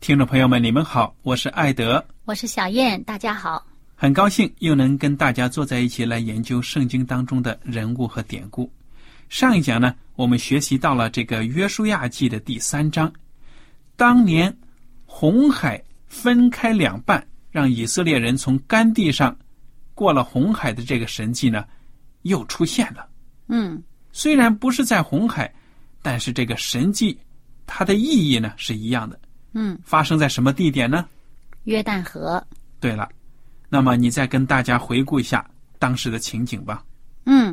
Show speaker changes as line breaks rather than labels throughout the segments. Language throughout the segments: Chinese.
听众朋友们，你们好，我是艾德，
我是小燕，大家好。
很高兴又能跟大家坐在一起来研究圣经当中的人物和典故。上一讲呢，我们学习到了这个约书亚记的第三章，当年红海分开两半，让以色列人从干地上过了红海的这个神迹呢，又出现了。
嗯，
虽然不是在红海，但是这个神迹它的意义呢是一样的。
嗯，
发生在什么地点呢？
约旦河。
对了，那么你再跟大家回顾一下当时的情景吧。
嗯，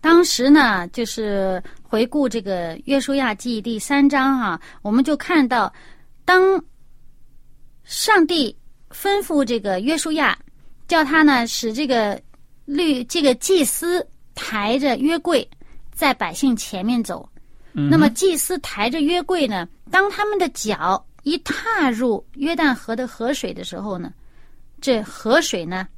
当时呢，就是回顾这个《约书亚记》第三章哈、我们就看到，当上帝吩咐这个约书亚，叫他呢使这个律这个祭司抬着约柜在百姓前面走。那么祭司抬着约柜呢，当他们的脚一踏入约旦河的河水的时候呢，这河水呢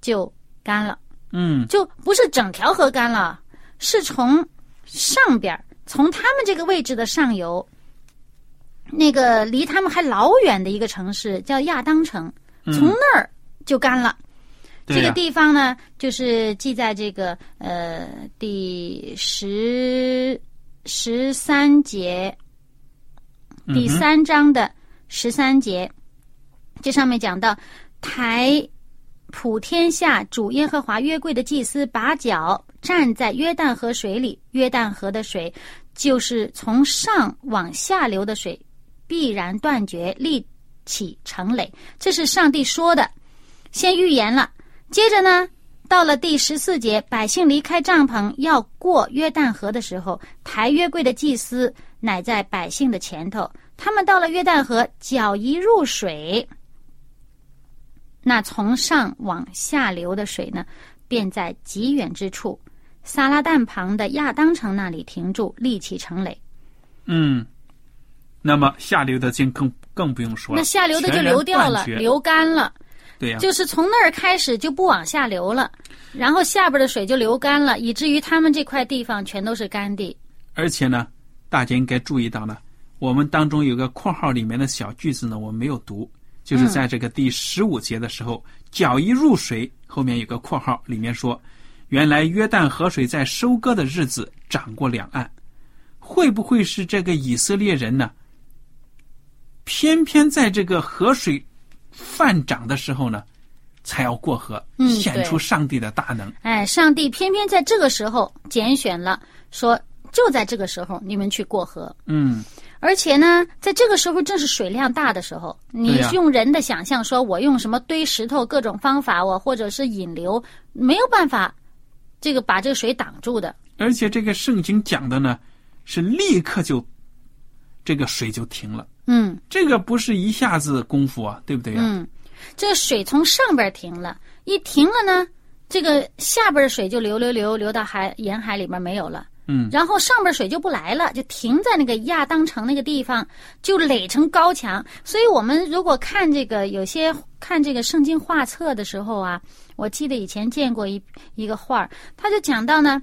就干了。
嗯，
就不是整条河干了，是从上边儿，从他们这个位置的上游，那个离他们还老远的一个城市叫亚当城，从那儿就干了。
嗯对
这个
呀
地方呢，就是记在这个呃第十十三节，第三章的十三节，这上面讲到抬普天下主耶和华约柜的祭司把脚站在约旦河水里，约旦河的水就是从上往下流的水，必然断绝，立起城垒。这是上帝说的，先预言了。接着呢，到了第十四节，百姓离开帐篷要过约旦河的时候，抬约柜的祭司乃在百姓的前头。他们到了约旦河，脚一入水，那从上往下流的水呢，便在极远之处，撒拉旦旁的亚当城那里停住，立起城垒。
嗯，那么下流的就更更不用说了，
那下流的就
全然
流掉了，
断绝
流干了，
对呀、
就是从那儿开始就不往下流了，然后下边的水就流干了，以至于他们这块地方全都是干地。
而且呢，大家应该注意到呢，我们当中有个括号里面的小句子呢，我没有读，就是
嗯
在这个第十五节的时候，脚一入水，后面有个括号，里面说，原来约旦河水在收割的日子涨过两岸，会不会是这个以色列人呢？偏偏在这个河水泛涨的时候呢，才要过河，
嗯
显
对
出上帝的大能。
哎，上帝偏偏在这个时候拣选了，说就在这个时候你们去过河。
嗯，
而且呢，在这个时候正是水量大的时候，你
对呀
用人的想象说，我用什么堆石头各种方法，我或者是引流，没有办法，这个把这个水挡住的。
而且这个圣经讲的呢，是立刻就这个水就停了，
嗯
这个不是一下子功夫啊，对不对呀、
嗯，这水从上边停了，一停了呢，这个下边的水就流流流流到海沿海里面没有了。
嗯，
然后上边水就不来了，就停在那个亚当城那个地方，就垒成高墙。所以我们如果看这个有些看这个圣经画册的时候啊，我记得以前见过一一个画儿，他就讲到呢，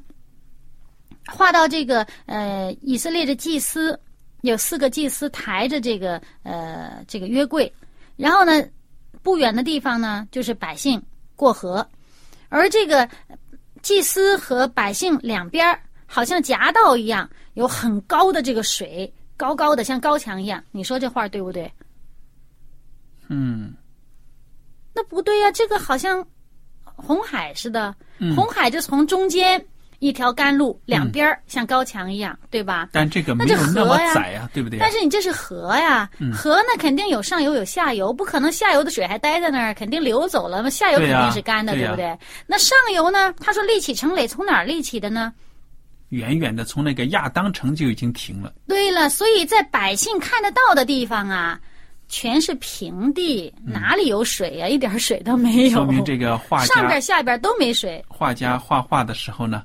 画到这个呃以色列的祭司有四个祭司抬着这个呃这个约柜，然后呢不远的地方呢就是百姓过河，而这个祭司和百姓两边儿。好像夹道一样，有很高的这个水，高高的像高墙一样。你说这话对不对？
嗯，
那不对呀、这个好像红海似的，
嗯
红海就从中间一条甘露，两边儿像高墙一样，对吧？
但这个
那
没
这
有那
河
么
呀
窄呀、嗯对不对呀、嗯
但是你这是河呀，河那肯定有上游有下游，不可能下游的水还待在那儿，肯定流走了嘛。下游肯
对呀
定是干的，
对
对
呀
不对？那上游呢？他说立起城垒，从哪儿立起的呢？
远远的从那个亚当城就已经停了。
对了，所以在百姓看得到的地方啊，全是平地，哪里有水啊 呀、一点水都没有。
嗯说明这个画
哎上
家
边下边都没水。
画家画画的时候呢，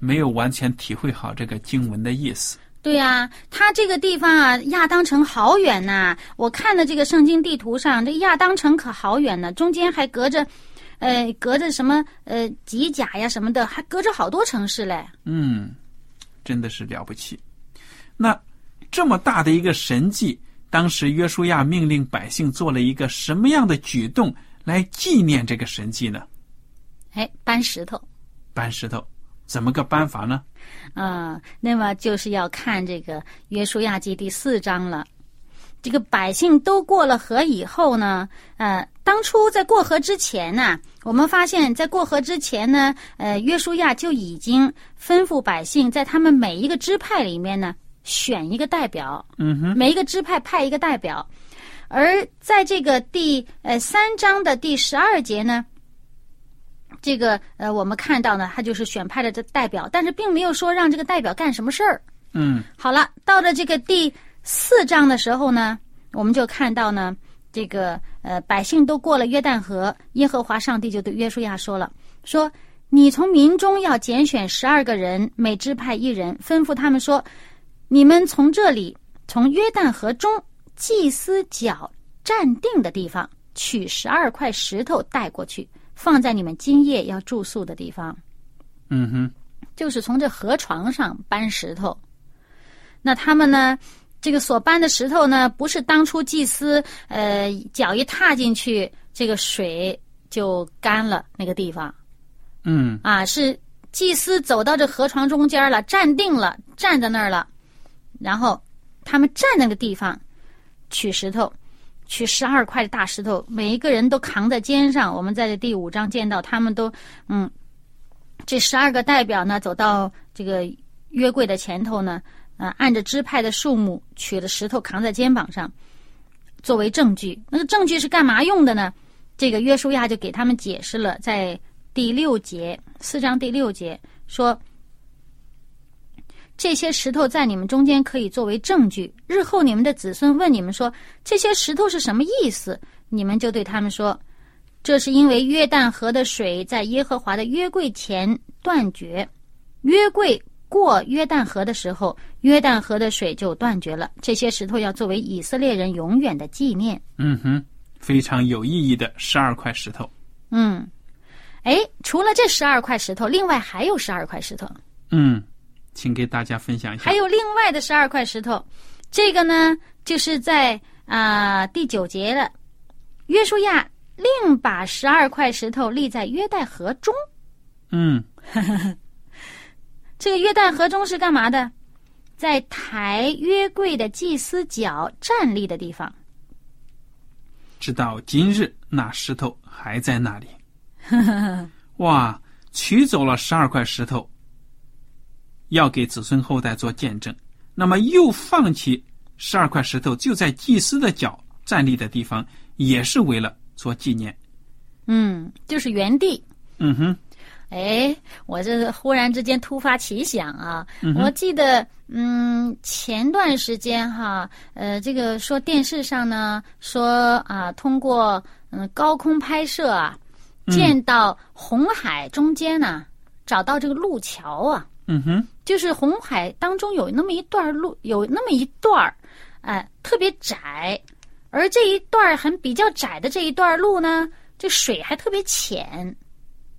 没有完全体会好这个经文的意思。
对呀、他这个地方啊，亚当城好远呐、我看的这个圣经地图上，这亚当城可好远呢，中间还隔着，呃，隔着什么呃吉甲呀什么的，还隔着好多城市嘞。
嗯，真的是了不起。那这么大的一个神迹，当时约书亚命令百姓做了一个什么样的举动来纪念这个神迹呢？
哎，搬石头。
搬石头，怎么个搬法呢？
啊，那么就是要看这个《约书亚记》第四章了。这个百姓都过了河以后呢，呃，当初在过河之前呢、我们发现，在过河之前呢，呃，约书亚就已经吩咐百姓在他们每一个支派里面呢，选一个代表，
嗯哼，
每一个支派派一个代表。而在这个第呃三章的第十二节呢，这个呃我们看到呢，他就是选派了这代表，但是并没有说让这个代表干什么事儿。
嗯
好了，到了这个第四章的时候呢，我们就看到呢，这个呃百姓都过了约旦河，耶和华上帝就对约书亚说了，说你从民中要拣选十二个人，每支派一人，吩咐他们说，你们从这里，从约旦河中祭司脚站定的地方取十二块石头带过去，放在你们今夜要住宿的地方。
嗯哼，
就是从这河床上搬石头。那他们呢，这个所搬的石头呢，不是当初祭司呃脚一踏进去，这个水就干了那个地方
嗯
啊，是祭司走到这河床中间了，站定了，站在那儿了，然后他们站那个地方取石头。取十二块的大石头，每一个人都扛在肩上。我们在这第五章见到，他们都嗯，这十二个代表呢，走到这个约柜的前头呢，啊、按着支派的数目取了石头扛在肩膀上，作为证据。那个证据是干嘛用的呢？这个约书亚就给他们解释了，在第六节四章第六节说，这些石头在你们中间可以作为证据，日后你们的子孙问你们说这些石头是什么意思，你们就对他们说，这是因为约旦河的水在耶和华的约柜前断绝，约柜过约旦河的时候，约旦河的水就断绝了。这些石头要作为以色列人永远的纪念。
嗯哼，非常有意义的十二块石头。
嗯，哎，除了这十二块石头，另外还有十二块石头，
嗯，请给大家分享一下
还。有另外的十二块石头。这个呢，就是在啊、第九节了。约书亚另把十二块石头立在约旦河中。
嗯
这个约旦河中是干嘛的？在抬约柜的祭司脚站立的地方。
直到今日，那石头还在那里。哇，取走了十二块石头，要给子孙后代做见证。那么又放弃十二块石头，就在祭司的脚站立的地方，也是为了做纪念。
嗯，就是原地。
嗯哼，
哎，我这忽然之间突发奇想啊！我记得，嗯，前段时间哈，呃，这个说电视上呢说啊，通过嗯高空拍摄啊，见到红海中间呢、找到这个路桥啊，
嗯哼，
就是红海当中有那么一段路，有那么一段儿，哎、特别窄，而这一段儿很比较窄的这一段路呢，这水还特别浅，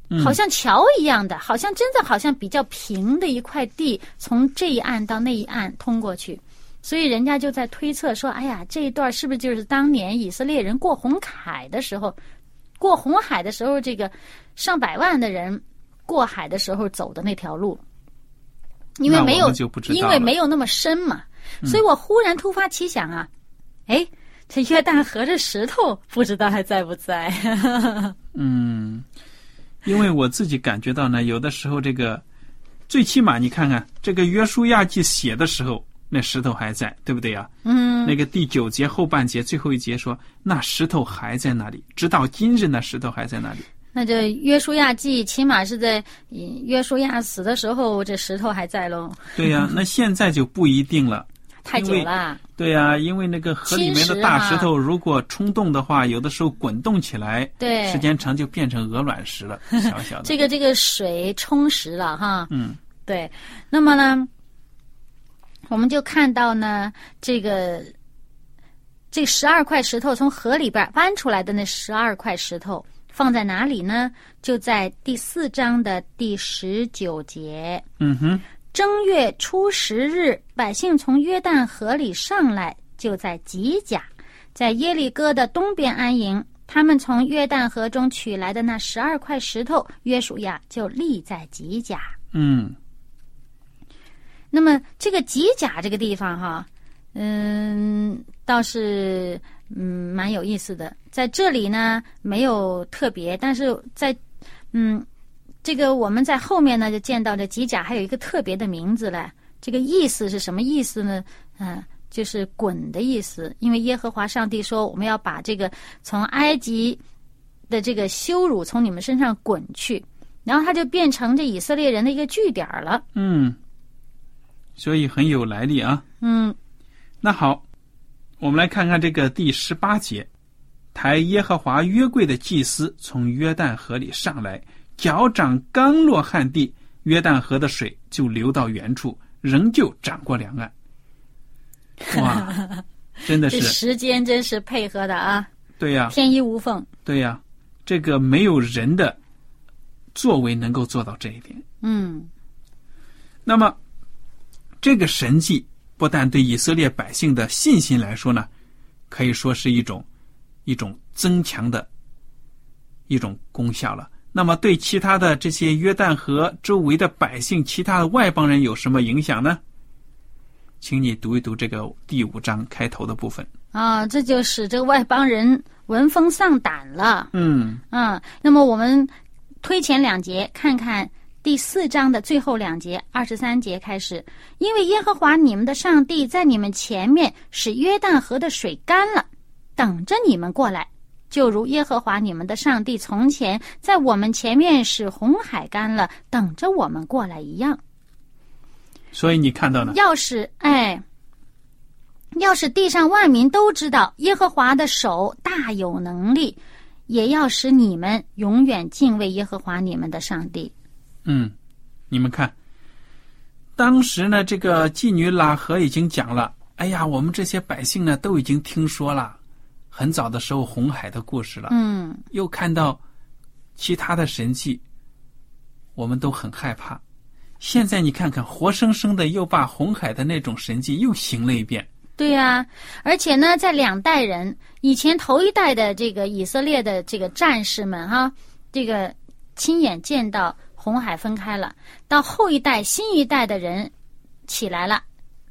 嗯
好像桥一样的，好像真的好像比较平的一块地，从这一岸到那一岸通过去。所以人家就在推测说，哎呀，这一段是不是就是当年以色列人过红海的时候，过红海的时候，这个上百万的人过海的时候走的那条路？因为
那
没
我
有
们就不，知道
因为
了嗯
没有那么深嘛。所以我忽然突发奇想啊，哎，这约旦河这石头不知道还在不在？
嗯，因为我自己感觉到呢，有的时候这个，最起码你看看这个约书亚记写的时候，那石头还在，对不对呀、
嗯，
那个第九节后半节最后一节说，那石头还在那里，直到今日那石头还在 那里。
那这约书亚记起码是在嗯约书亚死的时候，这石头还在喽，
对呀、那现在就不一定了。
太久了。
对呀、因为那个河里面的大石
侵蚀
头，如果冲动的话，有的时候滚动起来，
对
时，间长就变成鹅卵 石了，小小的。
这个这个水充实了哈。
嗯，
对。那么呢，我们就看到呢，这个这十二块石头从河里边儿搬出来的那十二块石头放在哪里呢？就在第四章的第十九节。
嗯哼，
正月初十日，百姓从约旦河里上来，就在吉甲，在耶利哥的东边安营。他们从约旦河中取来的那十二块石头，约书亚就立在吉甲。
嗯，
那么这个吉甲这个地方哈，嗯，倒是嗯蛮有意思的。在这里呢没有特别，但是在嗯这个我们在后面呢就见到这吉甲还有一个特别的名字了。这个意思是什么意思呢？嗯、就是滚的意思，因为耶和华上帝说我们要把这个从埃及的这个羞辱从你们身上滚去，然后它就变成这以色列人的一个据点儿了。
嗯，所以很有来历啊。
嗯，
那好，我们来看看这个第十八节，抬耶和华约柜的祭司从约旦河里上来，脚掌刚落旱地，约旦河的水就流到原处，仍旧涨过两岸。哇，真的
这
是
时间真是配合的啊，
对呀、
天衣无缝。
对呀、这个没有人的作为能够做到这一点。
嗯
那么，这个神迹不但对以色列百姓的信心来说呢，可以说是一种一种增强的一种功效了。那么，对其他的这些约旦河周围的百姓、其他的外邦人有什么影响呢？请你读一读这个第五章开头的部分。
啊，这就使这个外邦人闻风丧胆了。
嗯
嗯，那么我们推前两节看看第四章的最后两节，二十三节开始。因为耶和华你们的上帝在你们前面使约旦河的水干了，等着你们过来，就如耶和华你们的上帝从前在我们前面使红海干了，等着我们过来一样。
所以你看到呢，
要是哎，要是地上万民都知道耶和华的手大有能力，也要使你们永远敬畏耶和华你们的上帝。
嗯，你们看，当时呢，这个妓女喇合已经讲了，哎呀，我们这些百姓呢都已经听说了，很早的时候红海的故事了，
嗯
又看到其他的神迹，我们都很害怕。现在你看看，活生生的又把红海的那种神迹又行了一遍。
对呀、而且呢，在两代人以前头一代的这个以色列的这个战士们哈，这个亲眼见到红海分开了，到后一代新一代的人起来了，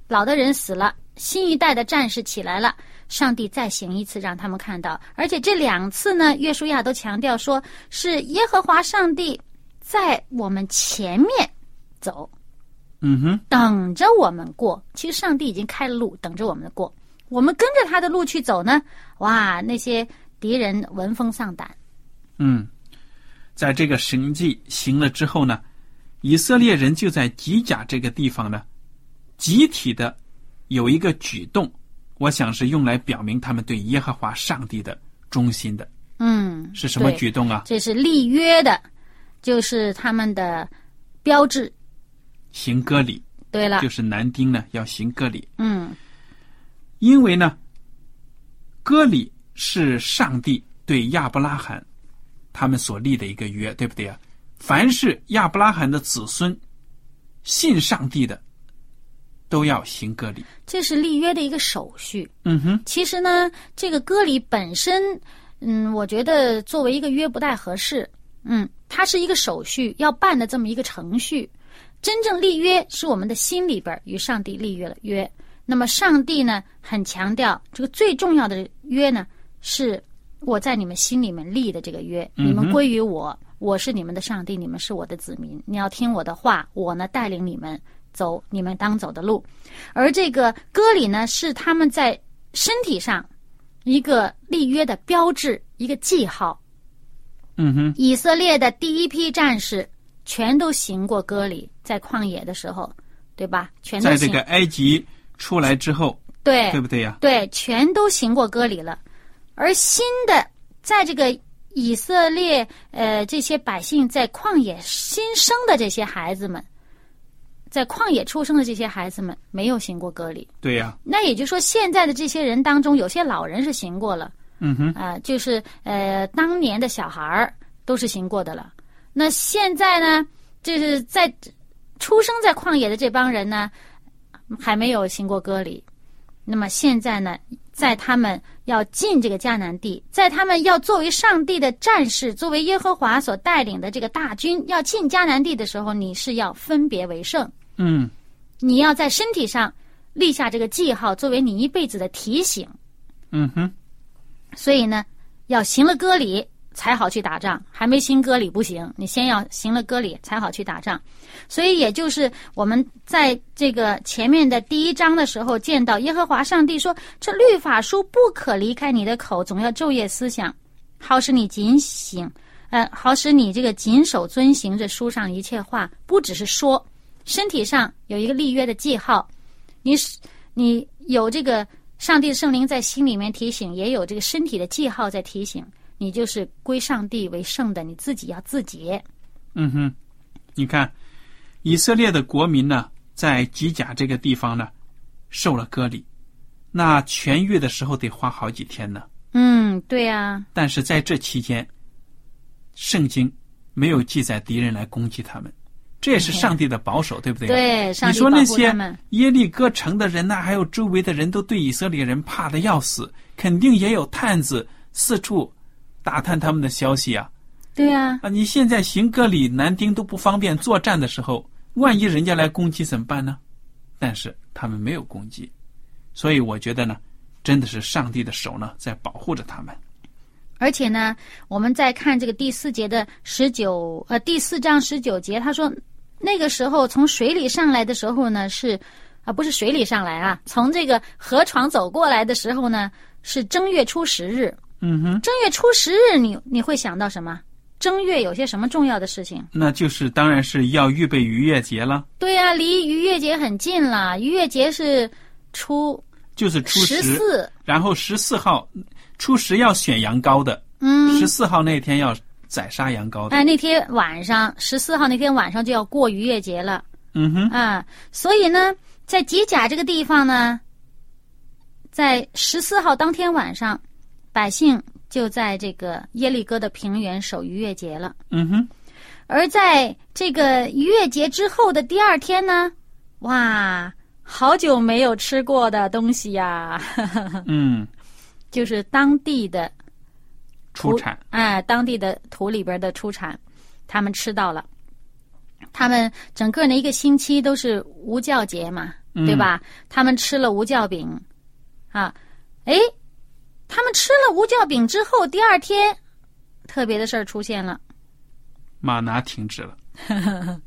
老的人死了，新一代的战士起来了，上帝再行一次让他们看到，而且这两次呢，约书亚都强调说是耶和华上帝在我们前面走，
嗯哼，
等着我们过。其实上帝已经开了路，等着我们过。我们跟着他的路去走呢，哇，那些敌人闻风丧胆。
嗯，在这个神迹行了之后呢，以色列人就在吉甲这个地方呢，集体的有一个举动，我想是用来表明他们对耶和华上帝的忠心的。
嗯，
是什么
对
举动啊？
这是立约的，就是他们的标志。
行割礼，
对了
就，是男丁呢要行割礼，
嗯
因为呢，割礼是上帝对亚伯拉罕他们所立的一个约，对不对啊？凡是亚伯拉罕的子孙信上帝的，都要行割礼。
这是立约的一个手续。
嗯哼，
其实呢，这个割礼本身，嗯，我觉得作为一个约不太合适。嗯，它是一个手续要办的这么一个程序。真正立约是我们的心里边儿与上帝立约了约。那么上帝呢，很强调这个最重要的约呢，是我在你们心里面立的这个约，你们归于我，我是你们的上帝，你们是我的子民，你要听我的话，我呢带领你们走你们当走的路。而这个割礼呢，是他们在身体上一个立约的标志，一个记号。
嗯哼，
以色列的第一批战士全都行过割礼，在旷野的时候，对吧？全都
在这
行，
个埃及出来之后，
对
对不啊对呀、
对，全都行过割礼了。而新的，在这个以色列呃这些百姓在旷野新生的这些孩子们，在旷野出生的这些孩子们，没有行过割礼。
对啊呀、
那也就是说，现在的这些人当中，有些老人是行过了，
嗯哼，
啊、就是呃，当年的小孩儿都是行过的了。那现在呢，就是在出生在旷野的这帮人呢，还没有行过割礼。那么现在呢，在他们要进这个迦南地，在他们要作为上帝的战士，作为耶和华所带领的这个大军要进迦南地的时候，你是要分别为圣。
嗯，
你要在身体上立下这个记号，作为你一辈子的提醒。
嗯哼，
所以呢，要行了割礼才好去打仗，还没行割礼不行，你先要行了割礼才好去打仗。所以也就是我们在这个前面的第一章的时候见到耶和华上帝说：“这律法书不可离开你的口，总要昼夜思想，好使你警醒。”呃，好使你这个谨守遵行这书上一切话，不只是说，身体上有一个立约的记号，你是你有这个上帝的圣灵在心里面提醒，也有这个身体的记号在提醒你，就是归上帝为圣的，你自己要自洁。
嗯哼，你看，以色列的国民呢，在吉甲这个地方呢，受了割礼，那痊愈的时候得花好几天呢。
嗯，对啊，
但是在这期间，圣经没有记载敌人来攻击他们，这也是上帝的保守，对不对啊？
对，上
你
帝
说
保
那
护他
些
们。
耶利哥城的人呐、还有周围的人都对以色列人怕的要死，肯定也有探子四处打探他们的消息啊。
对啊，
啊，你现在行割礼，男丁都不方便作战的时候，万一人家来攻击怎么办呢？但是他们没有攻击，所以我觉得呢，真的是上帝的手呢在保护着他们。
而且呢，我们再看这个第四节的十九，呃，第四章十九节，他说，那个时候从水里上来的时候呢，是，啊、不是水里上来啊，从这个河床走过来的时候呢，是正月初十日。
嗯哼，
正月初十日你，你会想到什么？正月有些什么重要的事情？
那就是当然是要预备逾越节了，
对呀、离逾越节很近了。逾越节是初
就是初
十
十，
四，
然后十四号，初十要选羊羔的，
嗯，
十四号那天要宰杀羊羔的。
哎，那天晚上十四号那天晚上就要过逾越节了。
嗯哼，
啊，所以呢，在吉甲这个地方呢，在十四号当天晚上，百姓就在这个耶利哥的平原守逾越节了。
嗯哼，
而在这个逾越节之后的第二天呢，哇，好久没有吃过的东西呀，
嗯，
就是当地的
出产。
哎，当地的土里边的出产，他们吃到了。他们整个那一个星期都是无教节嘛，
嗯
对吧？他们吃了无教饼，啊，诶，他们吃了无教饼之后，第二天特别的事儿出现了。
马拿停止 了。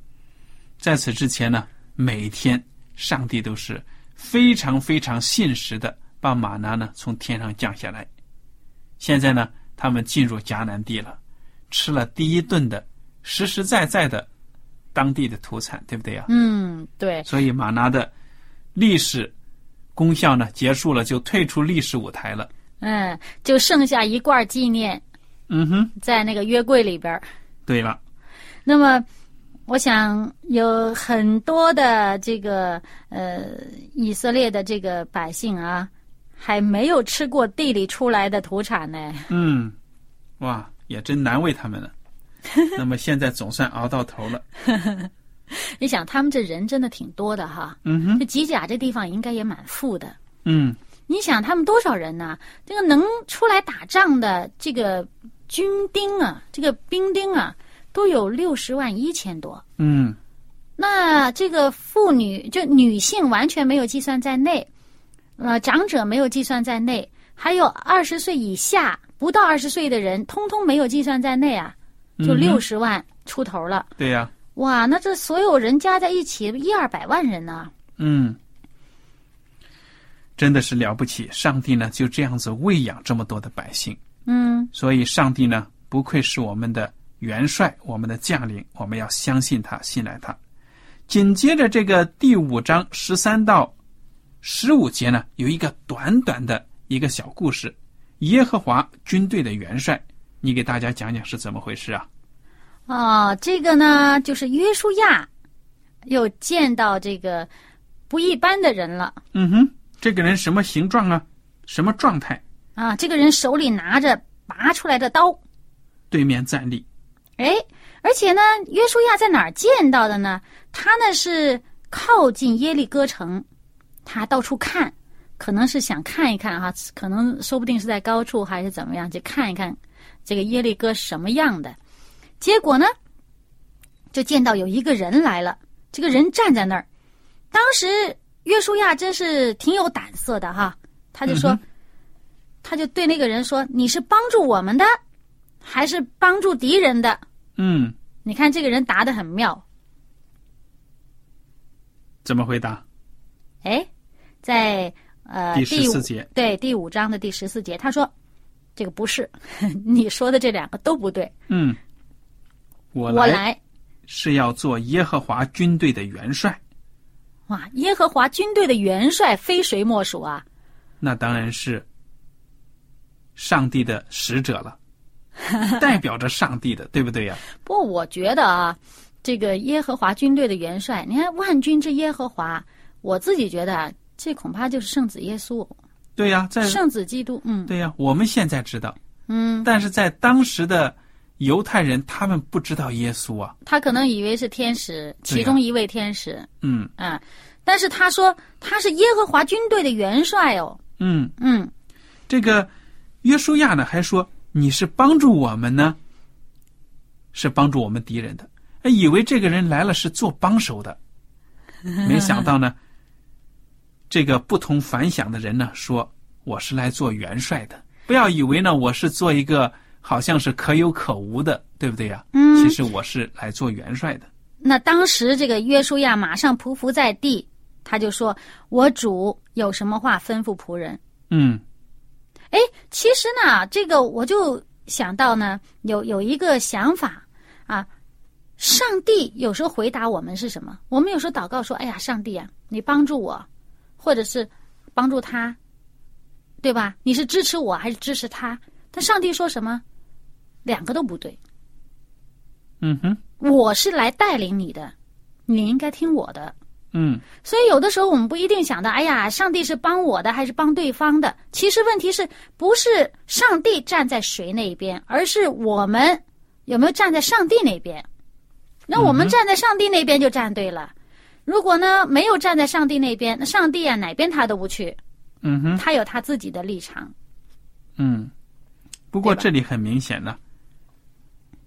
在此之前呢，每天上帝都是非常非常信实的把马拿呢从天上降下来。现在呢，他们进入迦南地了，吃了第一顿的实实在在的当地的土产，对不啊对呀、
嗯，对，
所以马拿的历史功效呢结束了，就退出历史舞台了。
嗯，就剩下一罐纪念
嗯哼，
在那个约柜里边儿。
对了，
那么，我想有很多的这个呃以色列的这个百姓啊，还没有吃过地里出来的土产呢。
嗯，哇，也真难为他们 了。那么现在总算熬到头了。
你想，他们这人真的挺多的哈。
嗯哼，
这吉甲这地方应该也蛮富的。
嗯，
你想，他们多少人呢？这个能出来打仗的这个军丁啊，这个兵丁啊，都有六十万一千多。
嗯，
那这个妇女就女性完全没有计算在内，呃，长者没有计算在内，还有二十岁以下不到二十岁的人，通通没有计算在内啊，就
嗯哼
六十万出头了。
对呀、
哇，那这所有人加在一起一二百万人啊呢、
嗯，真的是了不起。上帝呢，就这样子喂养这么多的百姓，
嗯
所以上帝呢，不愧是我们的元帅，我们的将领，我们要相信他，信赖他。紧接着这个第五章十三到十五节呢，有一个短短的一个小故事，耶和华军队的元帅，你给大家讲讲是怎么回事啊？
哦，这个呢就是约书亚又见到这个不一般的人了
嗯哼，这个人什么形状啊？什么状态？
啊！这个人手里拿着拔出来的刀，
对面站立，
哎，而且呢，约书亚在哪儿见到的呢？他呢是靠近耶利哥城，他到处看，可能是想看一看哈、可能说不定是在高处还是怎么样，去看一看这个耶利哥是什么样的。结果呢，就见到有一个人来了，这个人站在那儿。当时约书亚真是挺有胆色的哈，他就说，
嗯
他就对那个人说：“你是帮助我们的，还是帮助敌人的？”
嗯，
你看这个人答得很妙，
怎么回答？
哎，在呃
第十
五
四节，
对第五章的第十四节，他说这个不是 你说的这两个都不对，
嗯，我
我
来
来
是要做耶和华军队的元帅，
哇，耶和华军队的元帅非谁莫属啊！
那当然是上帝的使者了，代表着上帝的，对不对呀、
不过我觉得啊，这个耶和华军队的元帅，你看万军之耶和华，我自己觉得啊，这恐怕就是圣子耶稣、
对呀、在
圣子基督，嗯
对呀、我们现在知道，
嗯，
但是在当时的犹太人，他们不知道耶稣啊，
他可能以为是天使，
对
其
呀
中一位天使
嗯
啊、但是他说他是耶和华军队的元帅哦。
嗯，
嗯，
这个约书亚呢还说你是帮助我们呢，是帮助我们敌人的，哎以为这个人来了是做帮手的，没想到呢，这个不同凡响的人呢说我是来做元帅的，不要以为呢我是做一个好像是可有可无的，对不对呀、
嗯
其实我是来做元帅的，
那当时这个约书亚马上匍匐在地，他就说：“我主有什么话吩咐仆人
嗯？”
哎，其实呢，这个我就想到呢，有有一个想法啊，上帝有时候回答我们是什么？我们有时候祷告说：“哎呀，上帝啊，你帮助我，或者是帮助他，对吧？你是支持我还是支持他？”但上帝说什么？两个都不对。
嗯哼，
我是来带领你的，你应该听我的。
嗯
所以有的时候我们不一定想到，哎呀，上帝是帮我的还是帮对方的？其实问题是不是上帝站在谁那一边，而是我们有没有站在上帝那边？那我们站在上帝那边就站对了。如果呢没有站在上帝那边，那上帝啊哪边他都不去，
嗯哼。
他有他自己的立场。
嗯，不过
对吧
这里很明显呢，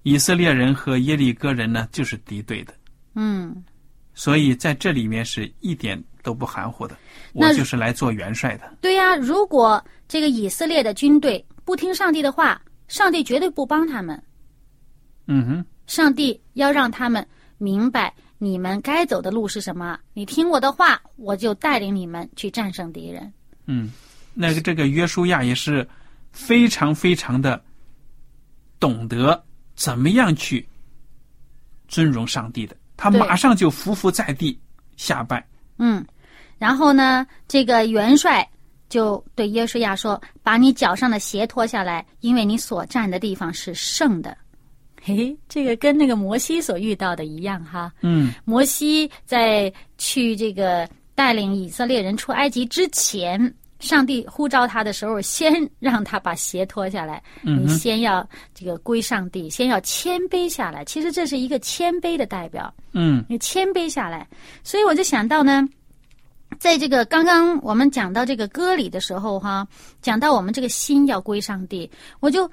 以色列人和耶利哥人呢就是敌对的，
嗯，
所以在这里面是一点都不含糊的。
那
我就是来做元帅的。
对呀、如果这个以色列的军队不听上帝的话，上帝绝对不帮他们。
嗯哼，
上帝要让他们明白你们该走的路是什么。你听我的话，我就带领你们去战胜敌人。
嗯，那个这个约书亚也是非常非常的懂得怎么样去尊荣上帝的，他
对
马上就匍匐在地下拜。
嗯，然后呢，这个元帅就对约书亚说：“把你脚上的鞋脱下来，因为你所站的地方是圣的。”嘿，这个跟那个摩西所遇到的一样哈。
嗯
摩西在去这个带领以色列人出埃及之前，上帝呼召他的时候，先让他把鞋脱下来。
嗯
你
哼
先要这个归上帝，先要谦卑下来。其实这是一个谦卑的代表。
嗯
你谦卑下来。所以我就想到呢，在这个刚刚我们讲到这个歌里的时候哈，讲到我们这个心要归上帝，我就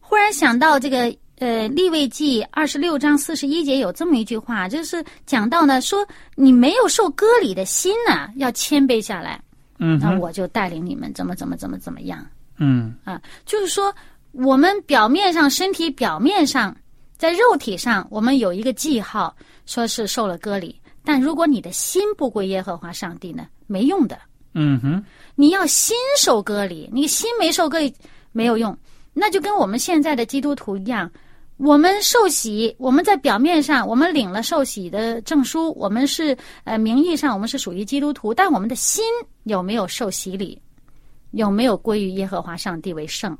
忽然想到这个呃立位记二十六章四十一节有这么一句话，就是讲到呢说你没有受割礼的心呢、要谦卑下来，
嗯
那
哼
我就带领你们怎么怎么怎么怎么样。
嗯
啊，就是说我们表面上身体表面上在肉体上，我们有一个记号，说是受了割礼，但如果你的心不归耶和华上帝呢，没用的。
嗯哼
你要心受割礼，你心没受割礼没有用。那就跟我们现在的基督徒一样，我们受洗，我们在表面上我们领了受洗的证书，我们是呃名义上我们是属于基督徒，但我们的心有没有受洗礼，有没有归于耶和华上帝为圣？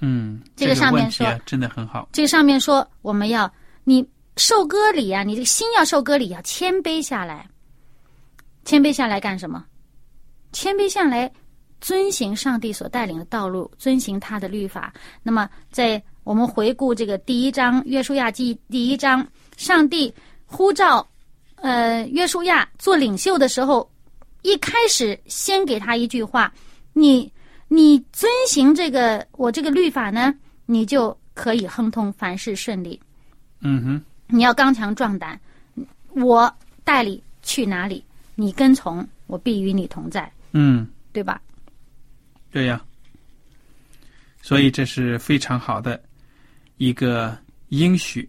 嗯，
这个上面
问题啊真的很好。
这上面说我们要你受割礼啊，你这个心要受割礼，要谦卑下来。谦卑下来干什么？谦卑下来，遵行上帝所带领的道路，遵行他的律法。那么，在我们回顾这个第一章《约书亚记》第一章，上帝呼召呃约书亚做领袖的时候，一开始先给他一句话：你你遵行这个我这个律法呢，你就可以亨通，凡事顺利。
嗯哼
你要刚强壮胆，我带你去哪里，你跟从，我必与你同在，
嗯，
对吧？
对呀、所以这是非常好的一个应许，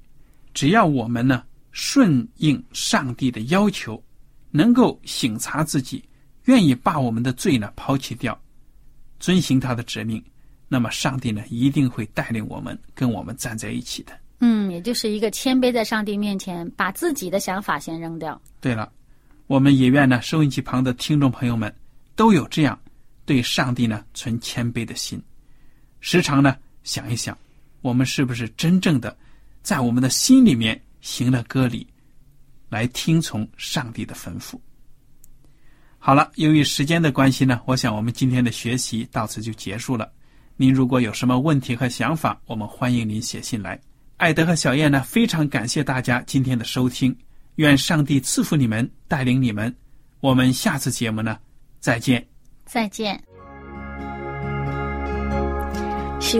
只要我们呢顺应上帝的要求，能够省察自己，愿意把我们的罪呢抛弃掉，遵行他的指命，那么上帝呢一定会带领我们跟我们站在一起的。
嗯，也就是一个谦卑在上帝面前，把自己的想法先扔掉。
对了，我们也愿呢收音机旁的听众朋友们都有这样对上帝呢存谦卑的心，时常呢想一想，我们是不是真正的在我们的心里面行了割礼，来听从上帝的吩咐。好了，由于时间的关系呢，我想我们今天的学习到此就结束了。您如果有什么问题和想法，我们欢迎您写信来。艾德和小燕呢，非常感谢大家今天的收听，愿上帝赐福你们，带领你们。我们下次节目呢，再见。
再见。
喜